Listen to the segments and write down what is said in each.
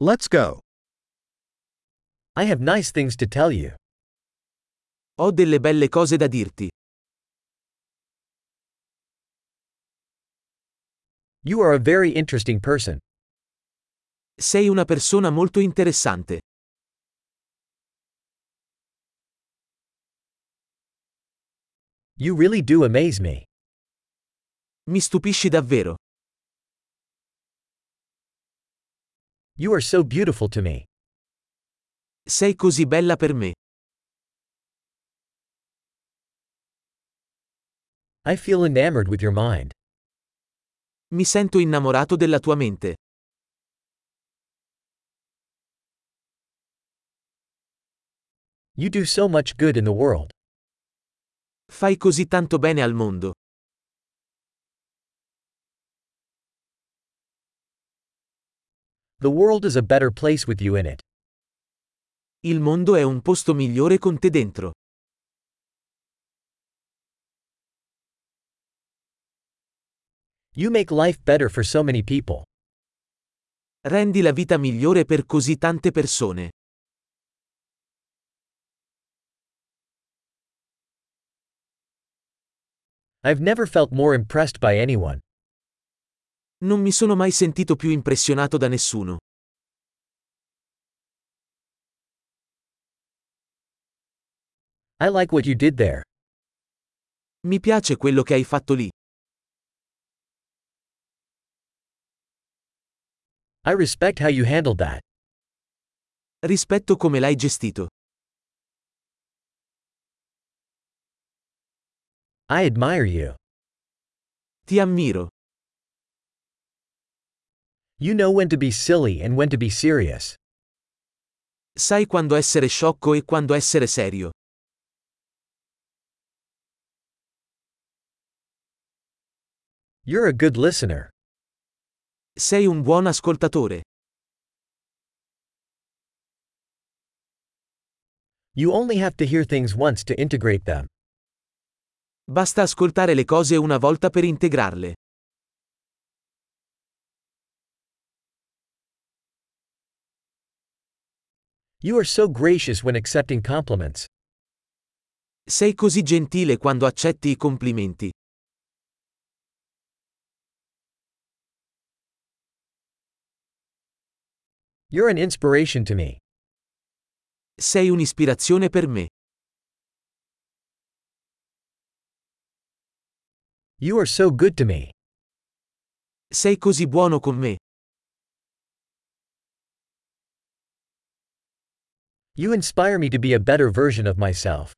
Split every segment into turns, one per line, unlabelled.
Let's go.
I have nice things to tell you.
Ho delle belle cose da dirti.
You are a very interesting person.
Sei una persona molto interessante.
You really do amaze me.
Mi stupisci davvero.
You are so beautiful to me.
Sei così bella per me.
I feel enamored with your mind.
Mi sento innamorato della tua mente.
You do so much good in the world.
Fai così tanto bene al mondo.
The world is a better place with you in it.
Il mondo è un posto migliore con te dentro.
You make life better for so many people.
Rendi la vita migliore per così tante persone.
I've never felt more impressed by anyone.
Non mi sono mai sentito più impressionato da nessuno.
I like what you did there.
Mi piace quello che hai fatto lì.
I respect how you handled that.
Rispetto come l'hai gestito.
I admire you.
Ti ammiro.
You know when to be silly and when to be serious.
Sai quando essere sciocco e quando essere serio.
You're a good listener.
Sei un buon ascoltatore.
You only have to hear things once to integrate them.
Basta ascoltare le cose una volta per integrarle.
You are so gracious when accepting compliments.
Sei così gentile quando accetti i complimenti.
You're an inspiration to me.
Sei un'ispirazione per me.
You are so good to me.
Sei così buono con me.
You inspire me to be a better version of myself.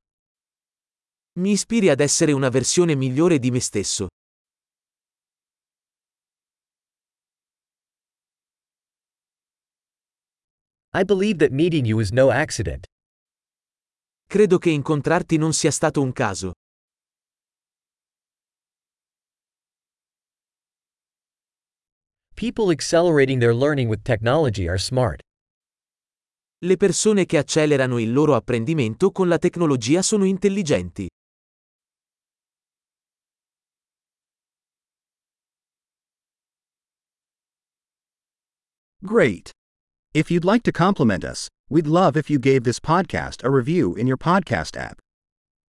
Mi ispiri ad essere una versione migliore di me stesso.
I believe that meeting you is no accident.
Credo che incontrarti non sia stato un caso.
People accelerating their learning with technology are smart.
Le persone che accelerano il loro apprendimento con la tecnologia sono intelligenti.
Great. If you'd like to compliment us, we'd love if you gave this podcast a review in your podcast app.